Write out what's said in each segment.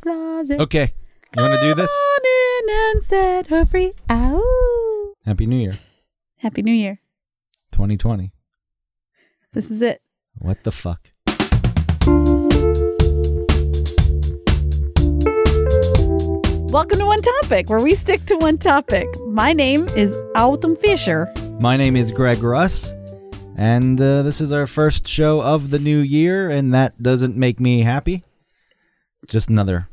closet. Okay. You want to do this? Come on in and set her free. Ow. Happy New Year, Happy New Year. 2020. This is it. What the fuck? Welcome to One Topic, where we stick to one topic. My name is Autumn Fisher. My name is Greg Russ, and uh, this is our first show of the new year, and that doesn't make me happy. Just another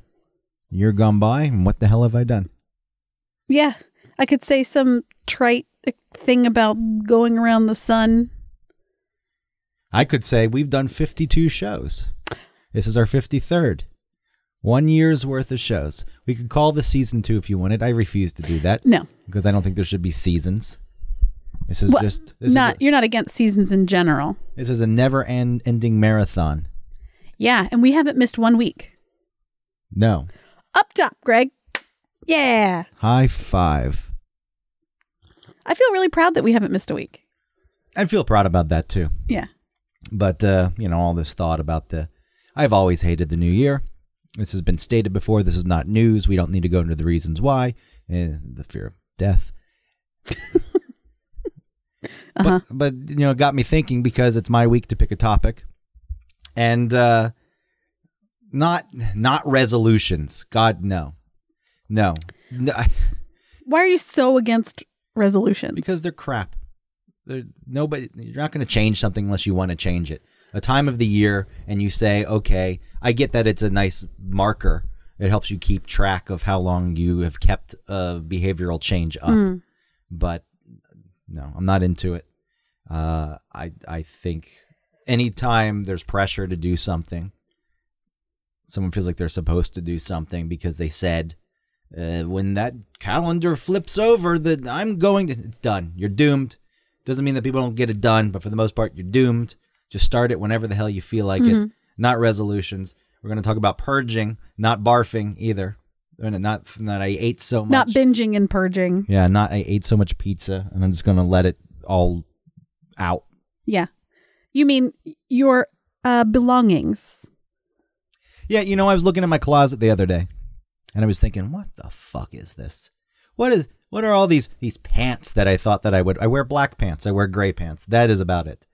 year gone by, and what the hell have I done? Yeah, I could say some trite thing about going around the sun. I could say we've done 52 shows. This is our 53rd. One year's worth of shows. We could call this season two if you wanted. I refuse to do that No, because I don't think there should be seasons. This is Well, just this not is you're not against seasons in general. a, this is a never end ending marathon. Yeah, and we haven't missed one week. No. Up top, Greg. Yeah, High five. I feel really proud that we haven't missed a week. I feel proud about that too. Yeah, But uh, you know, all this thought about the I've always hated the new year. This has been stated before. This is not news. We don't need to go into the reasons why. Eh, the fear of death. Uh-huh. But but you know, it got me thinking because it's my week to pick a topic. And uh not not resolutions. God no. No. no I- why are you so against resolutions? because they're crap. They're nobody. You're not going to change something unless you want to change it. A time of the year, and you say, "Okay, I get that it's a nice marker. It helps you keep track of how long you have kept a behavioral change up." Mm. But no, I'm not into it. Uh, I I think anytime there's pressure to do something, someone feels like they're supposed to do something because they said uh, when that calendar flips over that i'm going to it's done you're doomed doesn't mean that people don't get it done but for the most part you're doomed just start it whenever the hell you feel like it not resolutions we're going to talk about purging not barfing either and not that i ate so much not binging and purging. yeah not i ate so much pizza and i'm just going to let it all out Yeah. You mean your uh, belongings? Yeah, you know, I was looking at my closet the other day, and I was thinking, what the fuck is this? What is what are all these these pants that I thought that I would I wear black pants, I wear gray pants. That is about it.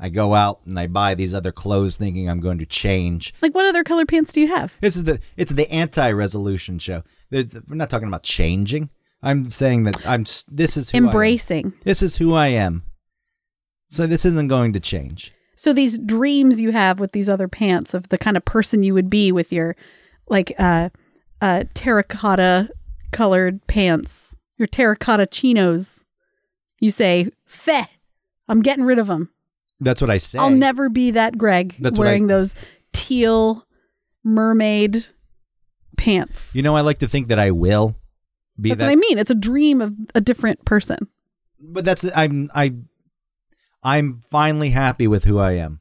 I go out and I buy these other clothes thinking I'm going to change. Like, what other color pants do you have? This is the it's the anti-resolution show. There's we're not talking about changing. I'm saying that I'm s- this is who I am. Embracing. This is who I am. So this isn't going to change. So these dreams you have with these other pants of the kind of person you would be with your, like, uh, uh, terracotta colored pants, your terracotta chinos. You say, "Feh, I'm getting rid of them. That's what I say. I'll never be that Greg That's what I- wearing those teal mermaid pants." You know, I like to think that I will be That's that what I mean. It's a dream of a different person. but that's I'm I I'm finally happy with who I am.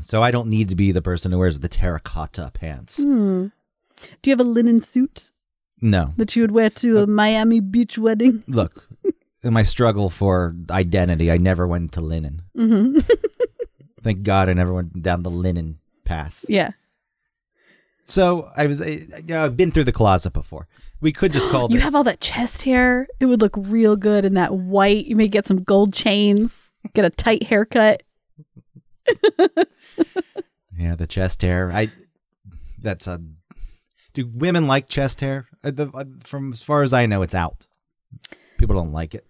So I don't need to be the person who wears the terracotta pants. Hmm. Do you have a linen suit No. that you would wear to a Miami Beach wedding? Look, in my struggle for identity, I never went to linen. hmm Thank God I never went down the linen path. yeah. So I was I, I- I've been through the closet before. We could just call You this have all that chest hair. It would look real good in that white. You may get some gold chains, get a tight haircut. Yeah, the chest hair. I that's a Do women like chest hair? Uh, the- uh, From as far as I know, it's out. People don't like it.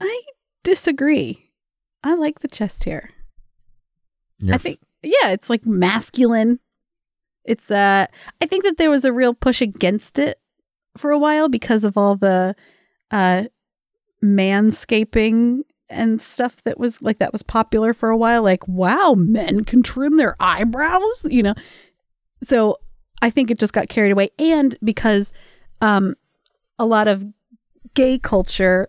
I disagree. I like the chest hair. You're I think yeah, it's like masculine. It's uh I think that there was a real push against it for a while because of all the uh manscaping and stuff that was like that was popular for a while like wow, men can trim their eyebrows, you know. So I think it just got carried away and because um a lot of gay culture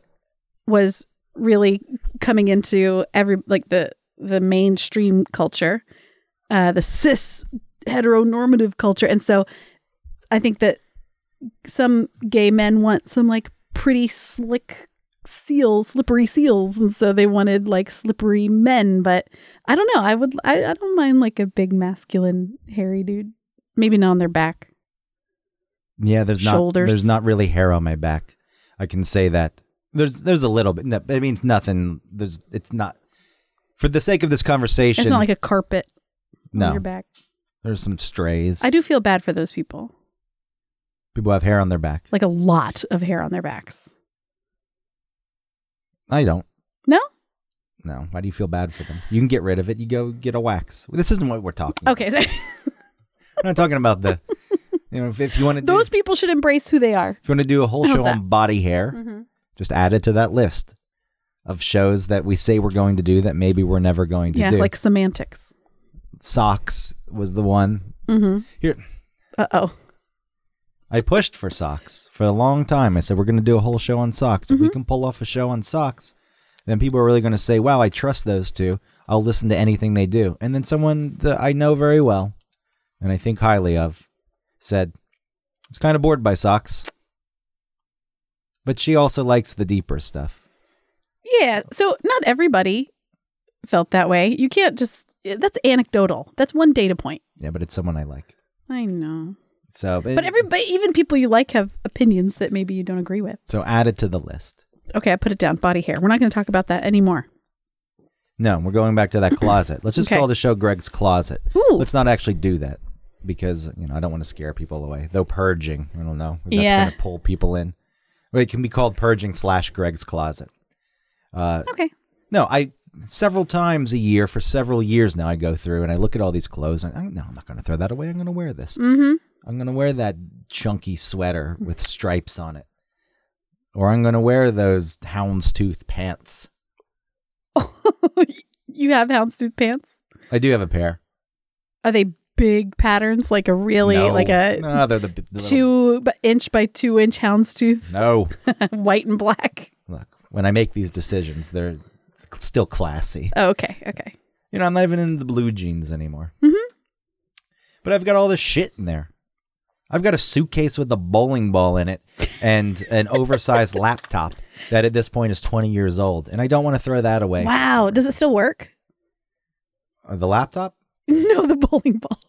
was really coming into every like the the mainstream culture, uh, the cis heteronormative culture, and so I think that some gay men want some like pretty slick seals, slippery seals, and so they wanted like slippery men. But I don't know. I would. I, I don't mind like a big masculine hairy dude. Maybe not on their back. Yeah, there's not Shoulders. there's not really hair on my back. I can say that. There's there's a little bit. No, It means nothing. There's it's not for the sake of this conversation. It's not like a carpet no, on your back. there's some strays. I do feel bad for those people. People have hair on their back. Like a lot of hair on their backs. I don't. No? No. Why do you feel bad for them? You can get rid of it. You go get a wax. This isn't what we're talking. Okay. So About. We're not talking about the. You know, if, if you want to do, those people should embrace who they are. if you want to do a whole How's show that? on body hair, Mm-hmm. just add it to that list of shows that we say we're going to do that maybe we're never going to Yeah, do. like semantics. socks was the one. Mm-hmm. Here, Uh oh. I pushed for socks for a long time. I said we're going to do a whole show on socks. If we Mm-hmm. can pull off a show on socks, then people are really going to say, "Wow, I trust those two. I'll listen to anything they do." And then someone that I know very well and I think highly of said, "I was kind of bored by socks." But she also likes the deeper stuff. Yeah. So not everybody felt that way. You can't just. That's anecdotal. That's one data point. Yeah, but it's someone I like. I know. So But everybody, even people you like, have opinions that maybe you don't agree with. so add it to the list. Okay, I put it down. Body hair. We're not going to talk about that anymore. No, we're going back to that closet. Let's just Okay. call the show Greg's Closet. Ooh. Let's not actually do that because, you know, I don't want to scare people away. Though purging, I don't know. If that's Yeah. going to pull people in. Well, It can be called purging slash Greg's Closet. Uh, Okay. no, I several times a year for several years now I go through and I look at all these clothes and I, no, I'm not going to throw that away. I'm going to wear this. Mm-hmm. I'm going to wear that chunky sweater Hmm. with stripes on it. Or I'm going to wear those houndstooth pants. Mm-hmm. you have houndstooth pants? I do have a pair. Are they big patterns, like a really No. like a no, they're the, b- the little- two b- inch by two inch houndstooth, No, white and black? look. When I make these decisions, they're still classy. Oh, okay, okay. You know, I'm not even in the blue jeans anymore. Mhm. But I've got all this shit in there. I've got a suitcase with a bowling ball in it and an oversized laptop that at this point is 20 years old, and I don't want to throw that away. Wow, does it still work? Uh, The laptop, No, the bowling ball.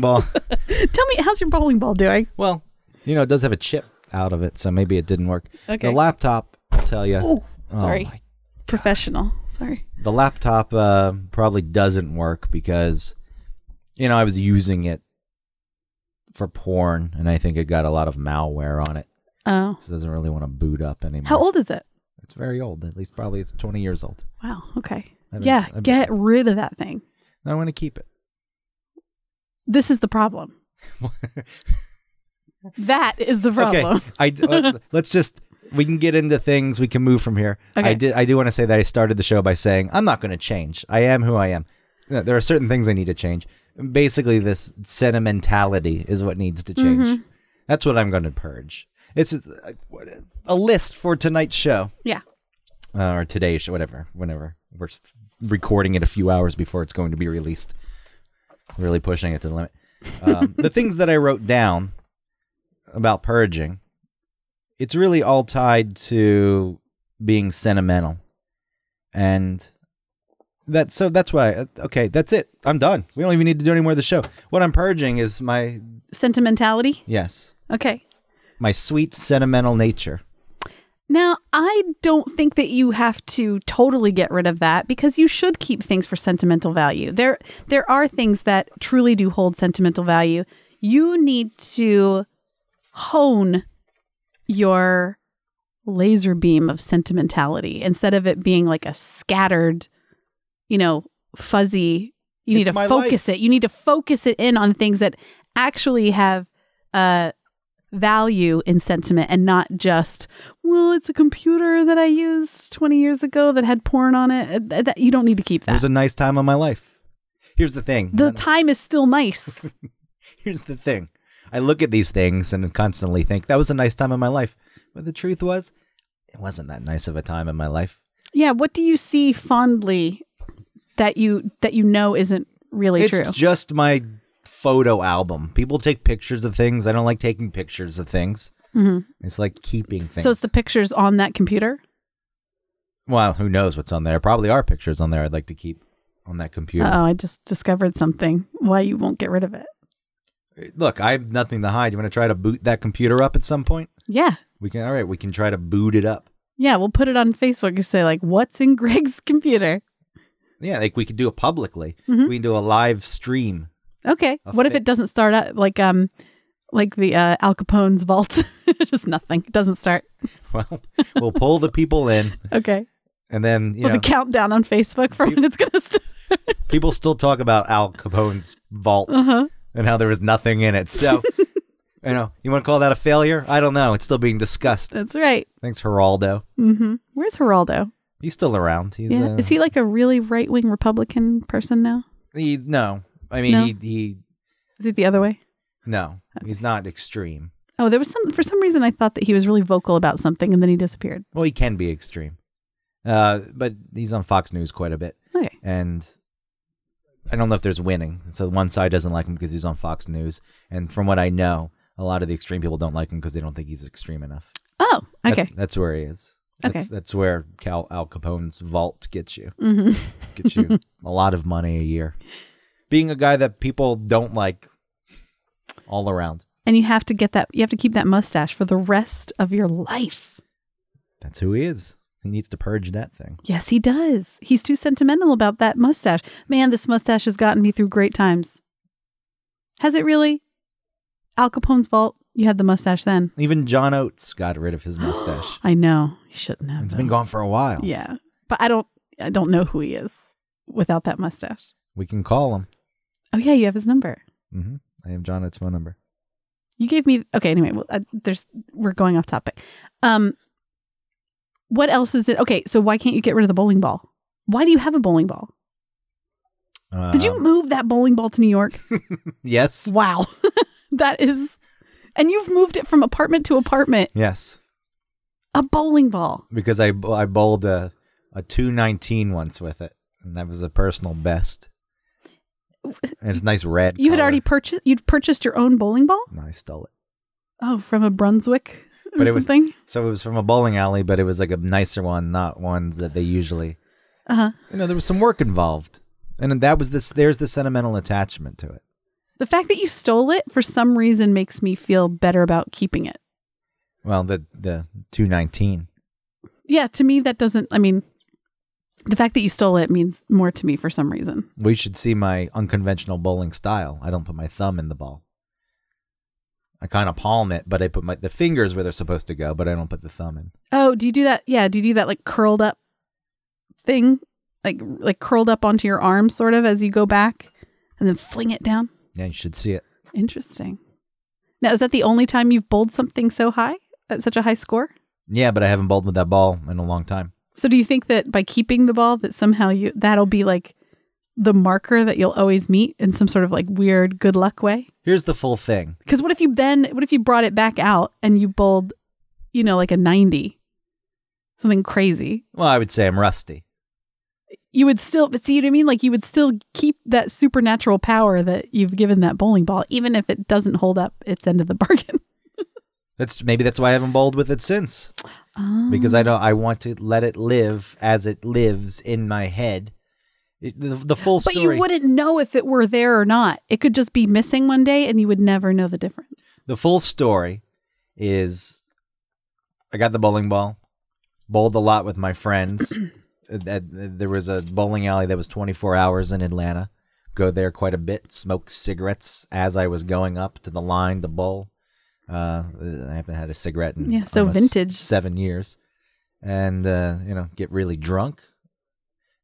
ball. Tell me, how's your bowling ball doing? well, you know, it does have a chip out of it, so maybe it didn't work. Okay. The laptop, I'll tell you. oh, sorry, my professional. Sorry. the laptop uh, probably doesn't work because you know i was using it for porn and i think it got a lot of malware on it Oh, so it doesn't really want to boot up anymore how old is it? it's very old at least probably it's 20 years old Wow. Okay. I've been- Yeah, I've been- get rid of that thing. And i want to keep it This is the problem. that is the problem. okay i d- let- let's just we can get into things we can move from here i Okay. did i do want to say that i started the show by saying i'm not going to change i am who i am No, there are certain things i need to change basically this sentimentality is what needs to change Mm-hmm. that's what i'm going to purge this is uh, what- a list for tonight's show Yeah. uh, or today's show whatever whenever we're s- recording it a few hours before it's going to be released really pushing it to the limit um, the things that i wrote down about purging, it's really all tied to being sentimental. And that so that's why uh, okay, that's it. I'm done. We don't even need to do any more of the show. What I'm purging is my Sentimentality. yes, Okay. my sweet sentimental nature. Now, I don't think that you have to totally get rid of that because you should keep things for sentimental value. There there are things that truly do hold sentimental value. You need to hone your laser beam of sentimentality instead of it being like a scattered, you know, fuzzy. You need It's my to focus life. it. You need to focus it in on things that actually have uh value in sentiment and not just well it's a computer that i used 20 years ago that had porn on it Uh, th- that you don't need to keep It that was a nice time of my life. Here's the thing. the time is still nice Here's the thing. I look at these things and constantly think that was a nice time of my life. But the truth was, it wasn't that nice of a time in my life. yeah what do you see fondly that you that you know isn't really it's true just my photo album. People take pictures of things. I don't like taking pictures of things. Mhm. It's like keeping things. so it's the pictures on that computer well, who knows what's on there? Probably are pictures on there. I'd like to keep on that computer. oh i just discovered something why you won't get rid of it Look, I have nothing to hide. You want to try to boot that computer up at some point? Yeah. We can. All right, we can try to boot it up. Yeah. We'll put it on Facebook and say, like, what's in Greg's computer? Yeah, like we could do it publicly. Mhm. We can do a live stream. Okay. A what if fit. it doesn't start up like um like the uh, Al Capone's vault? Just nothing. It doesn't start. Well, we'll pull the people in, Okay. and then you With know a countdown on Facebook for when it's gonna start. people still talk about Al Capone's vault Uh-huh. and how there was nothing in it. So, you know, you want to call that a failure? I don't know. It's still being discussed. That's right. Thanks, Geraldo. Mm-hmm. Where's Geraldo? He's still around. He's yeah. uh, Is he like a really right wing Republican person now? he- no, I mean No? he he Is it the other way? no, he's not extreme. Oh, there was some for some reason I thought that he was really vocal about something and then he disappeared. Well, he can be extreme, uh, but he's on Fox News quite a bit, Okay. and I don't know if there's winning. So one side doesn't like him because he's on Fox News, and from what I know, a lot of the extreme people don't like him because they don't think he's extreme enough. Oh, That- okay. that's where he is. Okay. That's, that's where Cal Al Capone's vault gets you. hmm Gets you a lot of money a year. Being a guy that people don't like all around. And you have to get that you have to keep that mustache for the rest of your life. That's who he is. He needs to purge that thing. Yes, he does. He's too sentimental about that mustache. Man, this mustache has gotten me through great times. Has it really? Al Capone's fault. You had the mustache then. Even John Oates got rid of his mustache. I know. He shouldn't have. it's though. been gone for a while. Oh, Yeah. But I don't I don't know who he is without that mustache. We can call him. Oh yeah, you have his number. hmm I have John Oates' phone number. You gave me okay. Anyway, well, uh, there's we're going off topic. Um, what else is it? Okay, so why can't you get rid of the bowling ball? Why do you have a bowling ball? Did you Um, move that bowling ball to New York? Yes. Wow, that is, and you've moved it from apartment to apartment. Yes. A bowling ball. Because I, I bowled a, a 219 once with it, and that was a personal best. And it's nice red. You had color. already purchased. You'd purchased your own bowling ball. No, I stole it. Oh, from a Brunswick or But it was- something. So it was from a bowling alley, but it was like a nicer one, not ones that they usually. Uh huh. You know, there was some work involved, and then that was this. There's the sentimental attachment to it. The fact that you stole it for some reason makes me feel better about keeping it. Well, the the two nineteen. yeah, to me that doesn't. I mean, the fact that you stole it means more to me for some reason. We should see my unconventional bowling style. I don't put my thumb in the ball. I kind of palm it, but I put my the fingers where they're supposed to go, but I don't put the thumb in. Oh, do you do that? Yeah, do you do that like curled up thing, like like curled up onto your arm, sort of as you go back, and then fling it down? Yeah, you should see it. Interesting. Now, is that the only time you've bowled something so high at such a high score? Yeah, but I haven't bowled with that ball in a long time. So, do you think that by keeping the ball, that somehow you that'll be like the marker that you'll always meet in some sort of like weird good luck way? Here's the full thing. Because what if you then what if you brought it back out and you bowled, you know, like a ninety, something crazy? Well, I would say I'm rusty. You would still, but see what I mean? Like you would still keep that supernatural power that you've given that bowling ball, even if it doesn't hold up its end of the bargain. That's maybe that's why I haven't bowled with it since. because I don't. I want to let it live as it lives in my head. It, the, the full but story. you wouldn't know if it were there or not. It could just be missing one day, and you would never know the difference. The full story is, I got the bowling ball, bowled a lot with my friends. Uh, that- there was a bowling alley that was 24 hours in Atlanta. Go there quite a bit. Smoked cigarettes as I was going up to the line to bowl. Uh, I haven't had a cigarette in Yeah, so almost vintage. seven years, and uh, you know get really drunk.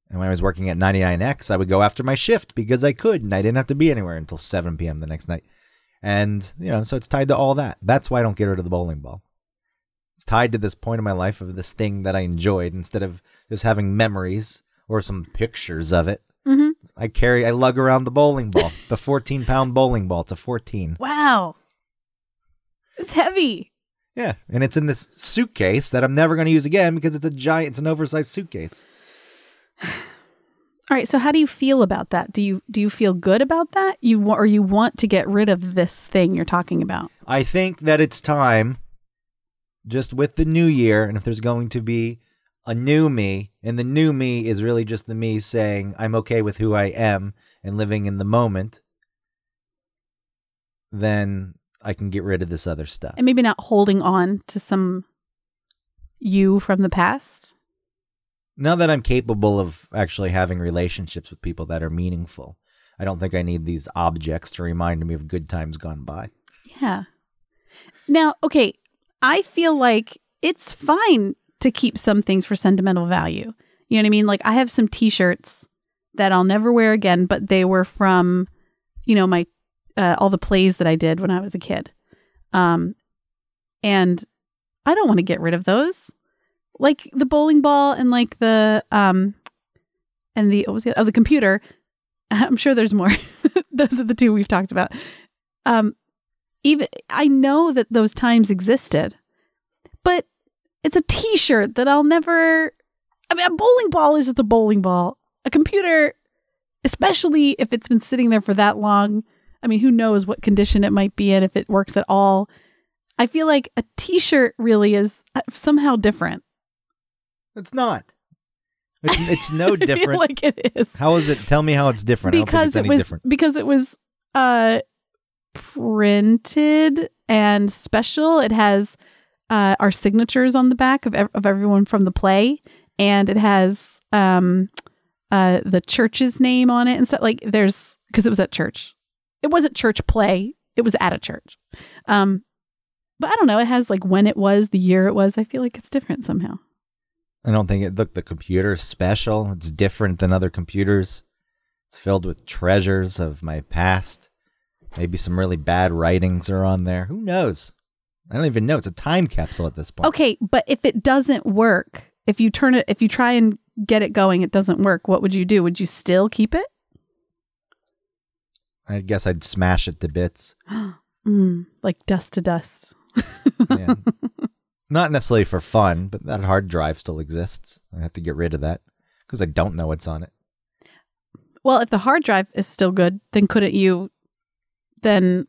And when I was working at 99X, I would go after my shift because I could, and I didn't have to be anywhere until 7 p.m. the next night. And you know, so it's tied to all that. That's why I don't get rid of the bowling ball. It's tied to this point in my life of this thing that I enjoyed instead of just having memories or some pictures of it. Mm-hmm. I carry, I lug around the bowling ball, the 14 pound bowling ball. It's a 14. Wow, it's heavy. Yeah. And it's in this suitcase that I'm never going to use again because it's a giant, it's an oversized suitcase. All right, so how do you feel about that? Do you do you feel good about that? You wa- or you want to get rid of this thing you're talking about? I think that it's time, just with the new year, and if there's going to be a new me, and the new me is really just the me saying, I'm okay with who I am and living in the moment. then I can get rid of this other stuff. and maybe not holding on to some you from the past. now that I'm capable of actually having relationships with people that are meaningful, I don't think I need these objects to remind me of good times gone by. Yeah. Now, okay, I feel like it's fine to keep some things for sentimental value. You know what I mean? Like I have some t-shirts that I'll never wear again, but they were from, you know, my uh, all the plays that I did when I was a kid. Um and I don't want to get rid of those. Like the bowling ball and like the um and the what was the oh the computer. I'm sure there's more. those are the two we've talked about. Um even I know that those times existed, but it's a T-shirt that I'll never. I mean, a bowling ball is just a bowling ball. A computer, especially if it's been sitting there for that long. I mean, who knows what condition it might be in if it works at all. I feel like a T-shirt really is uh, somehow different. It's not. It's, it's no I feel different. like it is how is it? Tell me how it's different. I don't think because it's it any was different. because it was uh printed and special it has uh our signatures on the back of ev- of everyone from the play and it has um uh the church's name on it and stuff like there's because it was at church it wasn't church play it was at a church um but i don't know it has like when it was the year it was i feel like it's different somehow I don't think it. Look, the computer's special. It's different than other computers. It's filled with treasures of my past. Maybe some really bad writings are on there. Who knows? I don't even know. It's a time capsule at this point. Okay, but if it doesn't work, if you turn it, if you try and get it going, it doesn't work. What would you do? Would you still keep it? I guess I'd smash it to bits. Mm, like dust to dust. Yeah. Not necessarily for fun, but that hard drive still exists. I have to get rid of that because I don't know what's on it. Well, if the hard drive is still good, then couldn't you then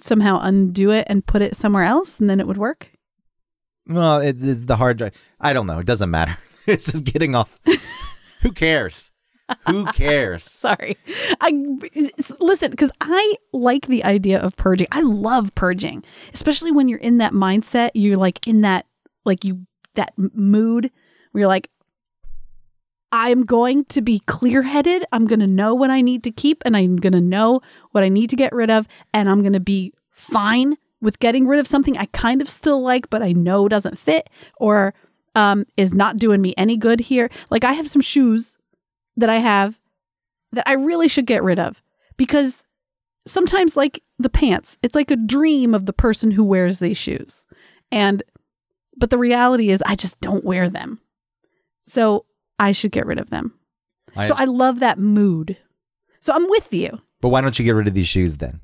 somehow undo it and put it somewhere else, and then it would work? Well, it, it's the hard drive. I don't know. It doesn't matter. it's just getting off. Who cares? Who cares? Sorry, I it's- listen because I like the idea of purging. I love purging, especially when you're in that mindset. You're like in that like you that m- mood where you're like i'm going to be clear-headed i'm going to know what i need to keep and i'm going to know what i need to get rid of and i'm going to be fine with getting rid of something i kind of still like but i know doesn't fit or um, is not doing me any good here like i have some shoes that i have that i really should get rid of because sometimes like the pants it's like a dream of the person who wears these shoes and but the reality is I just don't wear them. So I should get rid of them. I- so I love that mood. So I'm with you. But why don't you get rid of these shoes then?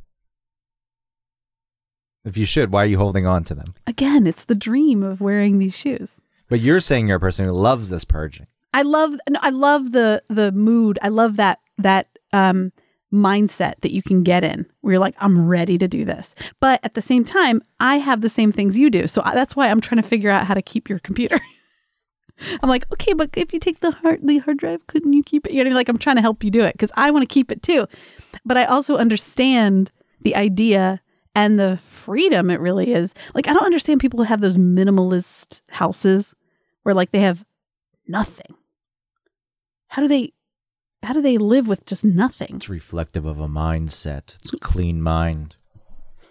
If you should, why are you holding on to them? Again, it's the dream of wearing these shoes. But you're saying you're a person who loves this purging. I love no, I love the the mood. I love that that um mindset that you can get in where you're like I'm ready to do this. But at the same time, I have the same things you do. So I, that's why I'm trying to figure out how to keep your computer. I'm like, "Okay, but if you take the hard the hard drive, couldn't you keep it?" You know what I mean? Like I'm trying to help you do it cuz I want to keep it too. But I also understand the idea and the freedom it really is. Like I don't understand people who have those minimalist houses where like they have nothing how do they how do they live with just nothing It's reflective of a mindset. It's a clean mind.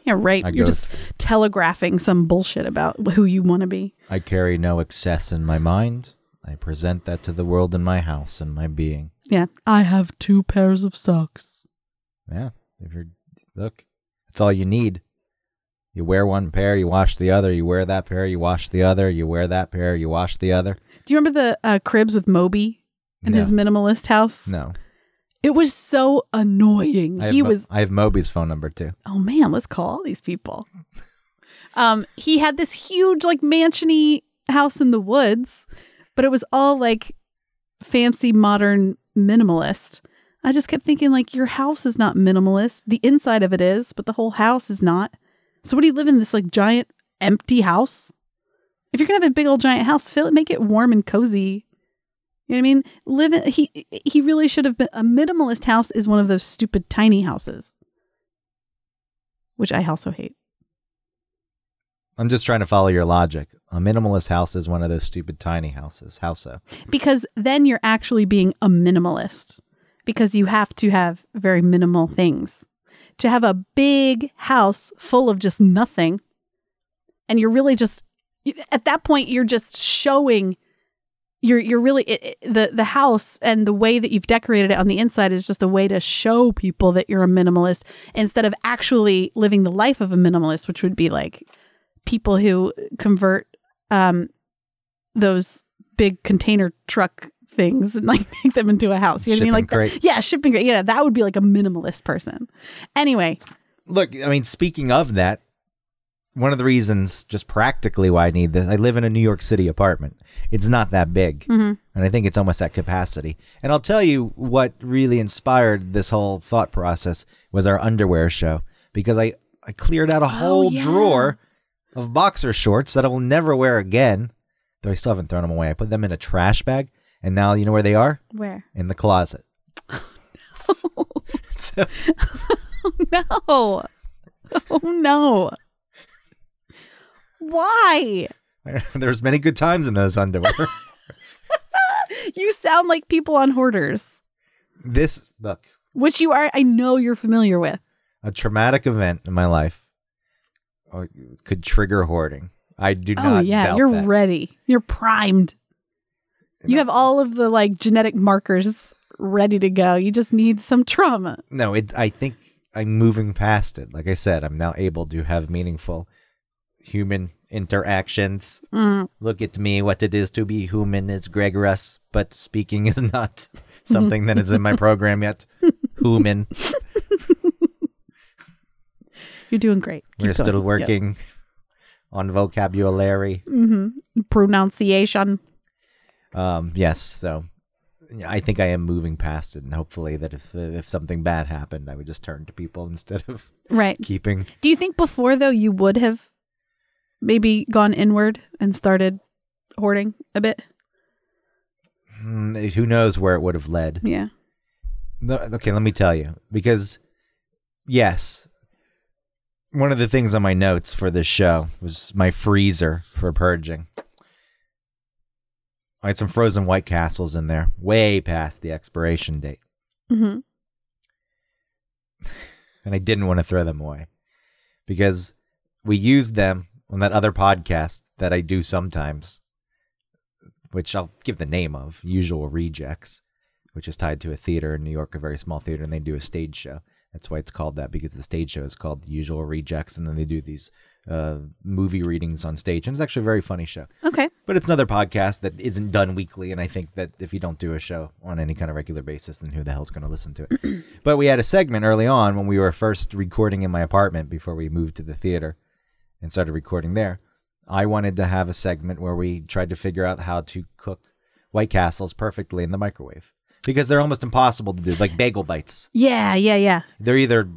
yeah right I you're go just telegraphing some bullshit about who you want to be I carry no excess in my mind. I present that to the world in my house and my being. yeah i have two pairs of socks Yeah. If you're look, that's all you need. You wear one pair, you wash the other. You wear that pair, you wash the other. You wear that pair, you wash the other. do you remember the uh, cribs with moby and no, his minimalist house no. it was so annoying I have he Mo- was I have Moby's phone number too. oh man let's call all these people um he had this huge like mansiony house in the woods but it was all like fancy modern minimalist i just kept thinking like your house is not minimalist the inside of it is but the whole house is not so what do you live in this like giant empty house if you're gonna have a big old giant house fill it make it warm and cozy you know what i mean live in, he he really should have been a minimalist house is one of those stupid tiny houses which I also hate. I'm just trying to follow your logic. A minimalist house is one of those stupid tiny houses. How so? Because then you're actually being a minimalist because you have to have very minimal things. To have a big house full of just nothing, and you're really just at that point you're just showing you're you're really it, it- the the house and the way that you've decorated it on the inside is just a way to show people that you're a minimalist instead of actually living the life of a minimalist which would be like people who convert um those big container truck things and like make them into a house you know what I mean Shipping like that- crate. yeah shipping crate yeah that would be like a minimalist person anyway Look, I mean, speaking of that, one of the reasons, just practically, why I need this, I live in a New York City apartment. It's not that big, and I think it's almost at capacity. And I'll tell you what really inspired this whole thought process was our underwear show because I I cleared out a whole yeah. drawer of boxer shorts that I will never wear again. Though I still haven't thrown them away. I put them in a trash bag, and now you know where they are where in the closet. so no. Oh no. Why? there's many good times in those underwear. You sound like people on hoarders, this look which you are I know you're familiar with. a traumatic event in my life uh, could trigger hoarding. I do Oh not. yeah, doubt you're that. ready. You're primed. And You have all of the like genetic markers ready to go. You just need some trauma. No, it. I think I'm moving past it. Like I said, I'm now able to have meaningful human interactions. Mm. Look at me. What it is to be human is Greg Russ, but speaking is not something that is in my program yet. Human. You're doing great. Keep going. We're still working on vocabulary. Yep. Mhm. Pronunciation. Um, yes, so yeah, I think I am moving past it, and hopefully that if if something bad happened, I would just turn to people instead of Right. keeping. Do you think before though you would have maybe gone inward and started hoarding a bit? Hmm, Who knows where it would have led? Yeah. No, Okay, let me tell you because yes, one of the things on my notes for this show was my freezer for purging. I had some frozen White Castles in there, way past the expiration date. Mm-hmm. and I didn't want to throw them away because we used them on that other podcast that I do sometimes, which I'll give the name of Usual Rejects, which is tied to a theater in New York, a very small theater, and they do a stage show. That's why it's called that because the stage show is called Usual Rejects, and then they do these uh, movie readings on stage, and it's actually a very funny show. Okay. But it's another podcast that isn't done weekly, and I think that if you don't do a show on any kind of regular basis, then who the hell's going to listen to it? but we had a segment early on when we were first recording in my apartment before we moved to the theater and started recording there. I wanted to have a segment where we tried to figure out how to cook White Castles perfectly in the microwave because they're almost impossible to do, like bagel bites. Yeah, yeah, yeah. They're either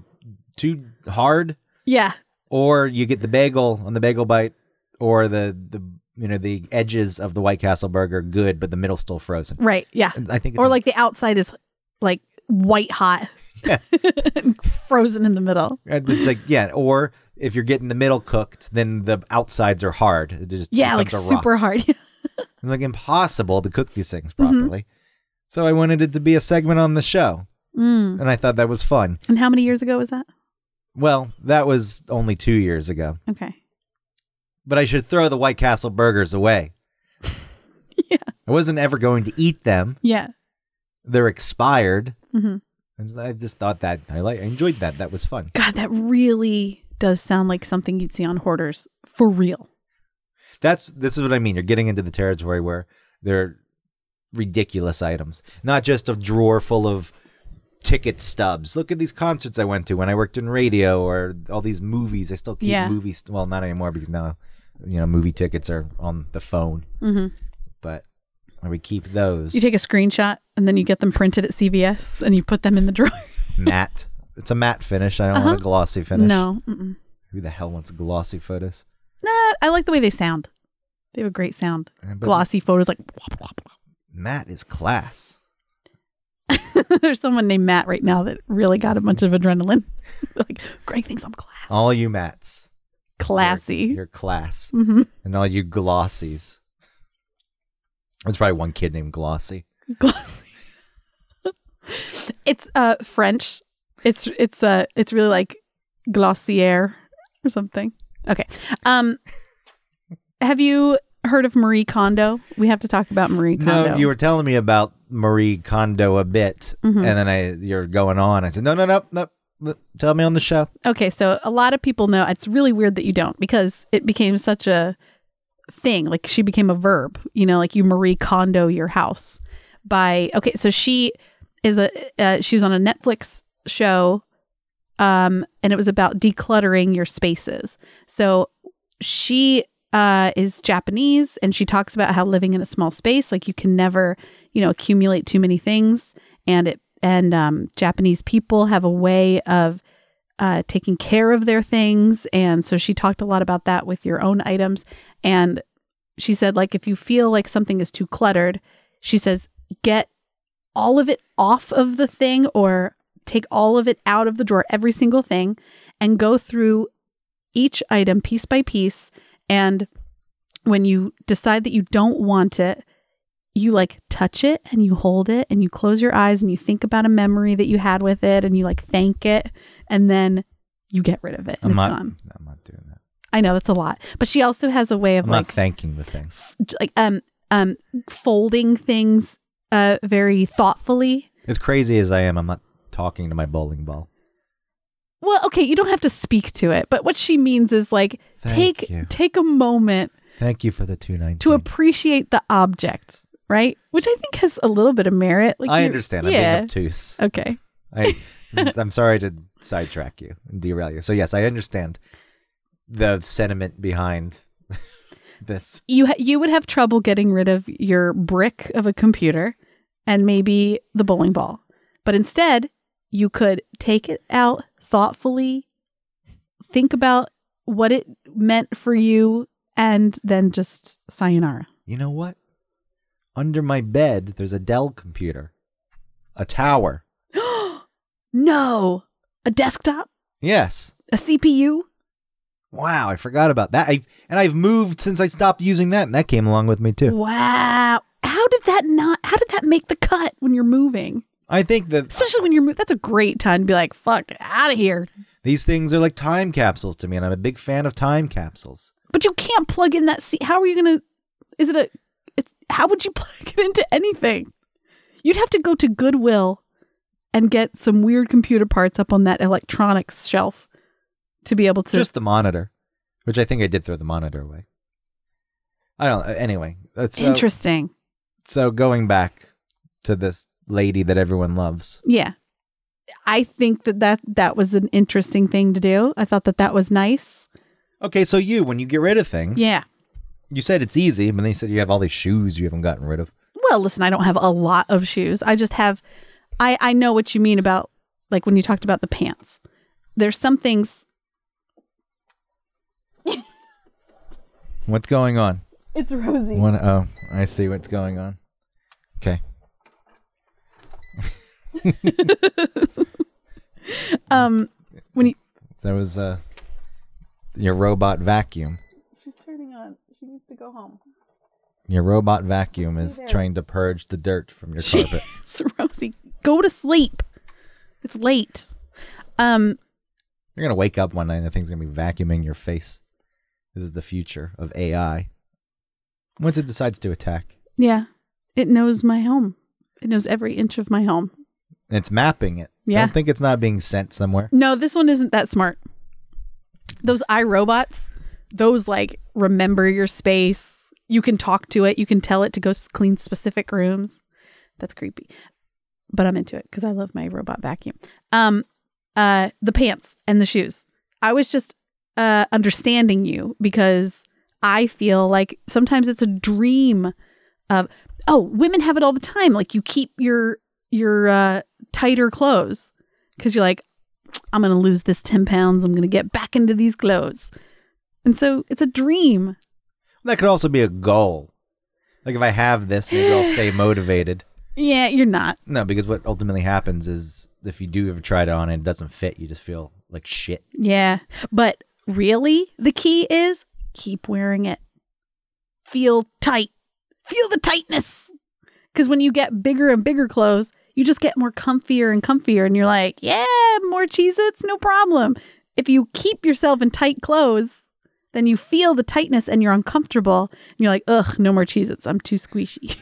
too hard Yeah. or you get the bagel on the bagel bite or the the you know the edges of the white castle burger good but the middle still frozen Right. Yeah. i think it's Or like the outside is like white hot. Yes. Frozen in the middle. it's like yeah or if you're getting the middle cooked then the outsides are hard it just Yeah, like becomes a rock. super hard. it's like impossible to cook these things Mm-hmm. properly so i wanted it to be a segment on the show mm. and i thought that was fun And how many years ago was that? well that was only two years ago Okay. but i should throw the white castle burgers away Yeah. i wasn't ever going to eat them Yeah. they're expired hmm And so I just thought that I like I enjoyed that. That was fun. God, that really does sound like something you'd see on hoarders for real. That's this is what I mean. You're getting into the territory where they're ridiculous items, not just a drawer full of ticket stubs. Look at these concerts I went to when I worked in radio, or all these movies. I still keep Yeah. movies. Well, not anymore because now you know movie tickets are on the phone, hmm but I would keep those. You take a screenshot and then you get them printed at CVS and you put them in the drawer. matte. It's a matte finish. I don't want a glossy finish. Uh-huh. No. Mm-mm. Who the hell wants glossy photos? Nah, I like the way they sound. They have a great sound. But Glossy photos like. wop, wop, wop. Matte is class. There's someone named Matt right now that really got a bunch of adrenaline. like Greg thinks I'm class. All you mats. classy. Your class. hmm And all you glossies. There's probably one kid named Glossy. Glossy. it's uh French. It's it's uh it's really like Glossier or something. Okay. Um have you heard of Marie Kondo? We have to talk about Marie Kondo. No, you were telling me about Marie Kondo a bit, Mhm. and then I you're going on. I said, no, no, no, no. no, Tell me on the show. Okay, so a lot of people know it's really weird that you don't because it became such a thing. Like she became a verb, you know, like you Marie Kondo your house by okay, so she is a uh, she was on a Netflix show um and it was about decluttering your spaces. So she uh, is Japanese and she talks about how living in a small space, like you can never, you know, accumulate too many things. And it and um, Japanese people have a way of uh, taking care of their things. And so she talked a lot about that with your own items. And she said, like, if you feel like something is too cluttered, she says, get all of it off of the thing or take all of it out of the drawer, every single thing, and go through each item piece by piece. And when you decide that you don't want it, you like touch it and you hold it and you close your eyes and you think about a memory that you had with it and you like thank it and then you get rid of it and I'm it's not. gone. I'm not doing that. I know that's a lot, but she also has a way of I'm like not thanking the thing. f- like um um folding things uh very thoughtfully. As crazy as I am, I'm not talking to my bowling ball. Well, okay, you don't have to speak to it, but what she means is like Thank take you. take a moment Thank you for the two nineteen. to appreciate the object, right? Which I think has a little bit of merit. Like I you- understand. I'm Yeah. being obtuse. okay. I, I'm sorry to sidetrack you and derail you. So yes, I understand the sentiment behind this. You ha- you would have trouble getting rid of your brick of a computer and maybe the bowling ball. But instead, you could take it out thoughtfully, think about what it meant for you and then just sayonara. You know what? Under my bed, there's a Dell computer, a tower. no. A desktop? Yes. A CPU? Wow, I forgot about that. I and I've moved since I stopped using that, and that came along with me too. Wow. How did that not how did that make the cut when you're moving? I think that Especially when you're moving. That's a great time to be like, fuck, out of here. these things are like time capsules to me, and I'm a big fan of time capsules. But you can't plug in that seat. How are you going to? Is it a? It's, how would you plug it into anything? You'd have to go to Goodwill and get some weird computer parts up on that electronics shelf to be able to. Just the monitor, which I think I did throw the monitor away. I don't. Anyway, that's uh, so, Interesting. so going back to this lady that everyone loves. Yeah. I think that, that that was an interesting thing to do. I thought that that was nice. Okay, so you when you get rid of things, Yeah. you said it's easy, but then you said you have all these shoes you haven't gotten rid of. Well, listen, I don't have a lot of shoes. I just have I I know what you mean about like when you talked about the pants. There's some things What's going on? it's rosy. One oh, I see what's going on. Okay. Um when you That was uh your robot vacuum. She's turning on. She needs to go home. Your robot vacuum is trying to purge the dirt from your carpet. So Rosie, go to sleep. It's late. Um, You're gonna wake up one night and the thing's gonna be vacuuming your face. This is the future of AI. Once it decides to attack. yeah. It knows my home. It knows every inch of my home. And it's mapping it. Yeah. Don't think it's not being sent somewhere. No, this one isn't that smart. Those iRobots, those like remember your space. You can talk to it. You can tell it to go s- clean specific rooms. That's creepy, but I'm into it because I love my robot vacuum. Um, uh, the pants and the shoes. I was just uh understanding you because I feel like sometimes it's a dream of oh, women have it all the time. Like you keep your your uh, tighter clothes because you're like, I'm going to lose this 10 pounds. I'm going to get back into these clothes. And so it's a dream. That could also be a goal. Like if I have this, maybe I'll stay motivated. Yeah, you're not. No, because what ultimately happens is if you do ever try it on and it doesn't fit, you just feel like shit. Yeah. But really, the key is keep wearing it. Feel tight. Feel the tightness. Because when you get bigger and bigger clothes, you just get more comfier and comfier, and you're like, yeah, more Cheez Its, no problem. If you keep yourself in tight clothes, then you feel the tightness and you're uncomfortable, and you're like, ugh, no more Cheez Its. I'm too squishy.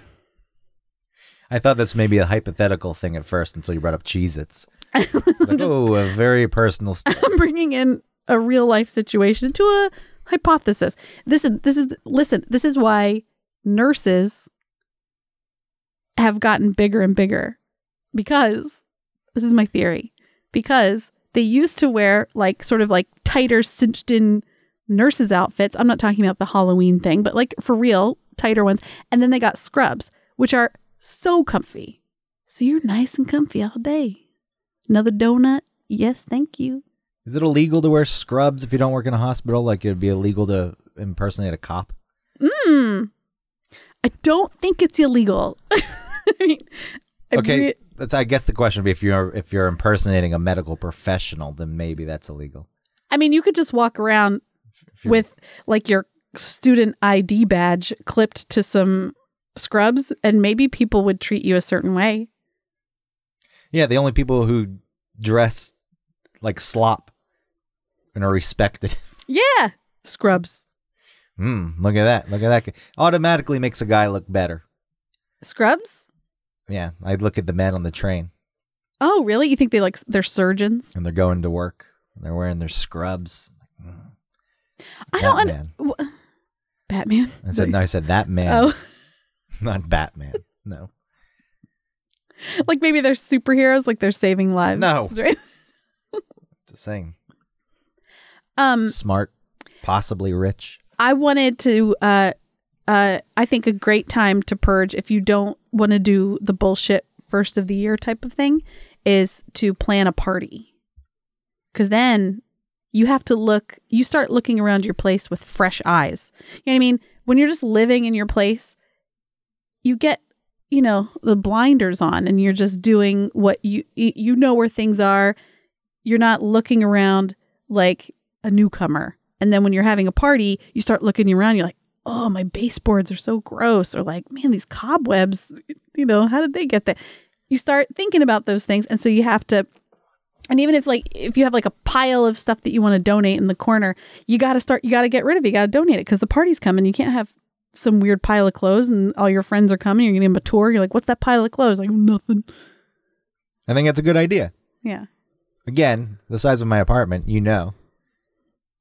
I thought that's maybe a hypothetical thing at first until you brought up Cheez Its. Like, oh, a very personal st- I'm bringing in a real life situation to a hypothesis. This is this is listen, this is why nurses have gotten bigger and bigger because this is my theory. Because they used to wear like sort of like tighter cinched in nurses outfits. I'm not talking about the Halloween thing, but like for real, tighter ones. And then they got scrubs, which are so comfy. So you're nice and comfy all day. Another donut? Yes, thank you. Is it illegal to wear scrubs if you don't work in a hospital? Like it'd be illegal to impersonate a cop? Mm. I don't think it's illegal. I mean, I Okay, re- that's I guess the question would be if you're if you're impersonating a medical professional, then maybe that's illegal. I mean, you could just walk around If you're- with like your student ID badge clipped to some scrubs, and maybe people would treat you a certain way. yeah, the only people who dress like slop and are respected. Yeah, scrubs. Mm, look at that! Look at that! Automatically makes a guy look better. Scrubs? Yeah, I look at the men on the train Oh, really? You think they like s- they're surgeons? and they're going to work. And they're wearing their scrubs. Mm, I don't that un- man. Wha- Batman. I said no. I said that man, Oh, not Batman. No. like maybe they're superheroes, like they're saving lives. No. Just saying. um, Smart, possibly rich. I wanted to. Uh, uh, I think a great time to purge if you don't want to do the bullshit first of the year type of thing is to plan a party, because then you have to look. You start looking around your place with fresh eyes. You know what I mean? When you're just living in your place, you get you know the blinders on, and you're just doing what you you you know where things are. You're not looking around like a newcomer. And then when you're having a party, you start looking around, you're like, oh, my baseboards are so gross. Or like, man, these cobwebs, you know, how did they get there? You start thinking about those things. And so you have to, and even if like, if you have like a pile of stuff that you want to donate in the corner, you got to start, you got to get rid of it. You got to donate it because the party's coming. You can't have some weird pile of clothes and all your friends are coming. You're going to give them a tour. You're like, what's that pile of clothes? Like, nothing. I think that's a good idea. Yeah. Again, the size of my apartment, you know.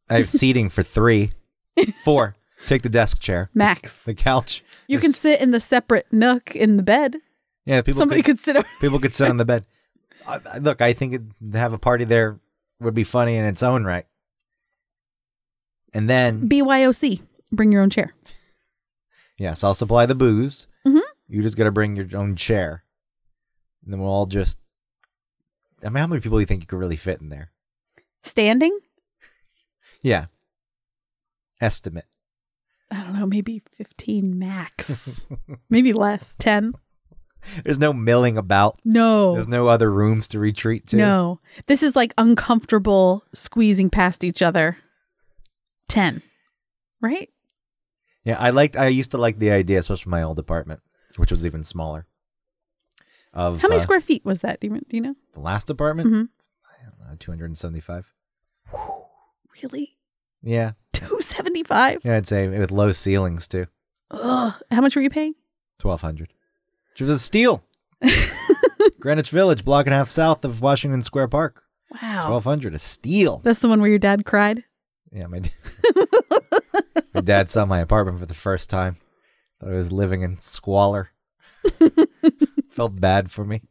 I have seating for three, four. Take the desk chair, Max. the couch. You can There's- sit in the separate nook in the bed. yeah, people Somebody could, could sit over people could sit on the bed. I, I- look, I think it, to have a party there would be funny in its own right. And then BYOC. Bring your own chair. Yes, I'll supply the booze. Mhm. You just got to bring your own chair. And then we'll all just. I mean, how many people do you think you could really fit in there? Standing? Yeah. Estimate. I don't know, maybe 15 max. maybe less, 10. There's no milling about. No. There's no other rooms to retreat to. No. This is like uncomfortable squeezing past each other. 10. Right? Yeah, I liked. I used to like the idea, especially from my old apartment, which was even smaller. Of How many uh, square feet was that? Do you, do you know? The last apartment. Mhm. I don't know, 275. Really? Yeah, 275? yeah, I'd say with low ceilings too. Ugh. How much were you paying? Twelve hundred. Which was a steal. Greenwich Village, block and a half south of Washington Square Park. Wow. Twelve hundred, a steal. That's the one where your dad cried? Yeah, my, d- my dad saw my apartment for the first time. Thought I was living in squalor. Felt bad for me.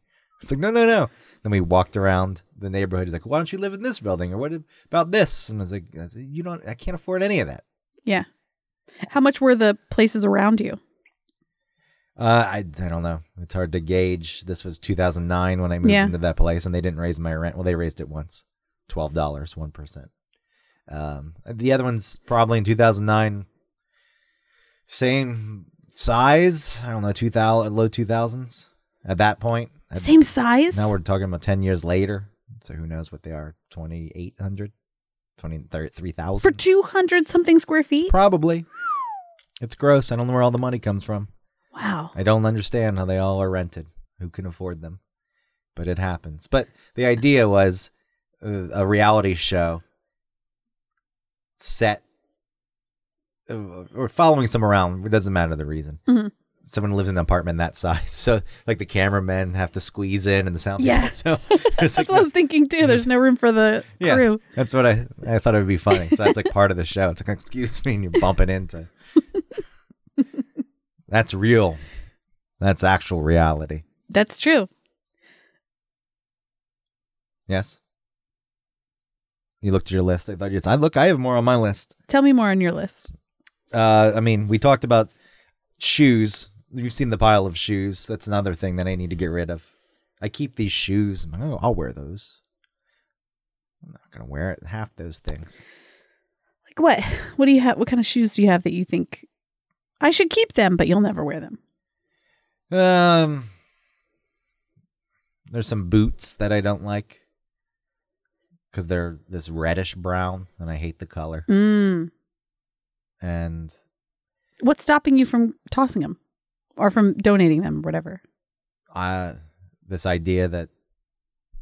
It's like, no, no, no. Then we walked around the neighborhood. He's like, why don't you live in this building? Or what about this? And I was like, I said, you don't, I can't afford any of that. Yeah. How much were the places around you? Uh, I, I don't know. It's hard to gauge. This was 2009 when I moved Yeah. into that place, and they didn't raise my rent. Well, they raised it once, twelve dollars, one percent. Um, the other one's probably in 2009, same size. I don't know, 2000 low 2000s. at that point. I- Same size. Now we're talking about 10 years later. So who knows what they are 2,800, 20 thir- for 3,000? 200 something square feet. Probably. It's gross. I don't know where all the money comes from. Wow. I don't understand how they all are rented. Who can afford them? But it happens. But the idea was uh, a reality show set uh, or following some around. It doesn't matter the reason. Mhm. Someone lives in an apartment that size, so like the cameramen have to squeeze in and the sound. people- Yeah. so That's what I was thinking too. There's no room for the Yeah. crew. that's what I I thought it would be funny. So that's like part of the show. It's like excuse me, and you're bumping into. that's real. That's actual reality. That's true. Yes. You looked at your list. I thought you. I look. I have more on my list. Tell me more on your list. Uh, I mean, we talked about shoes. You've seen the pile of shoes. That's another thing that I need to get rid of. I keep these shoes. I'm like, oh, I'll wear those. I'm not gonna wear it. Half those things. Like what? What do you have? What kind of shoes do you have that you think I should keep them, but you'll never wear them? Um, there's some boots that I don't like because they're this reddish brown, and I hate the color. Mm. And What's stopping you from tossing them or from donating them, whatever? I this idea that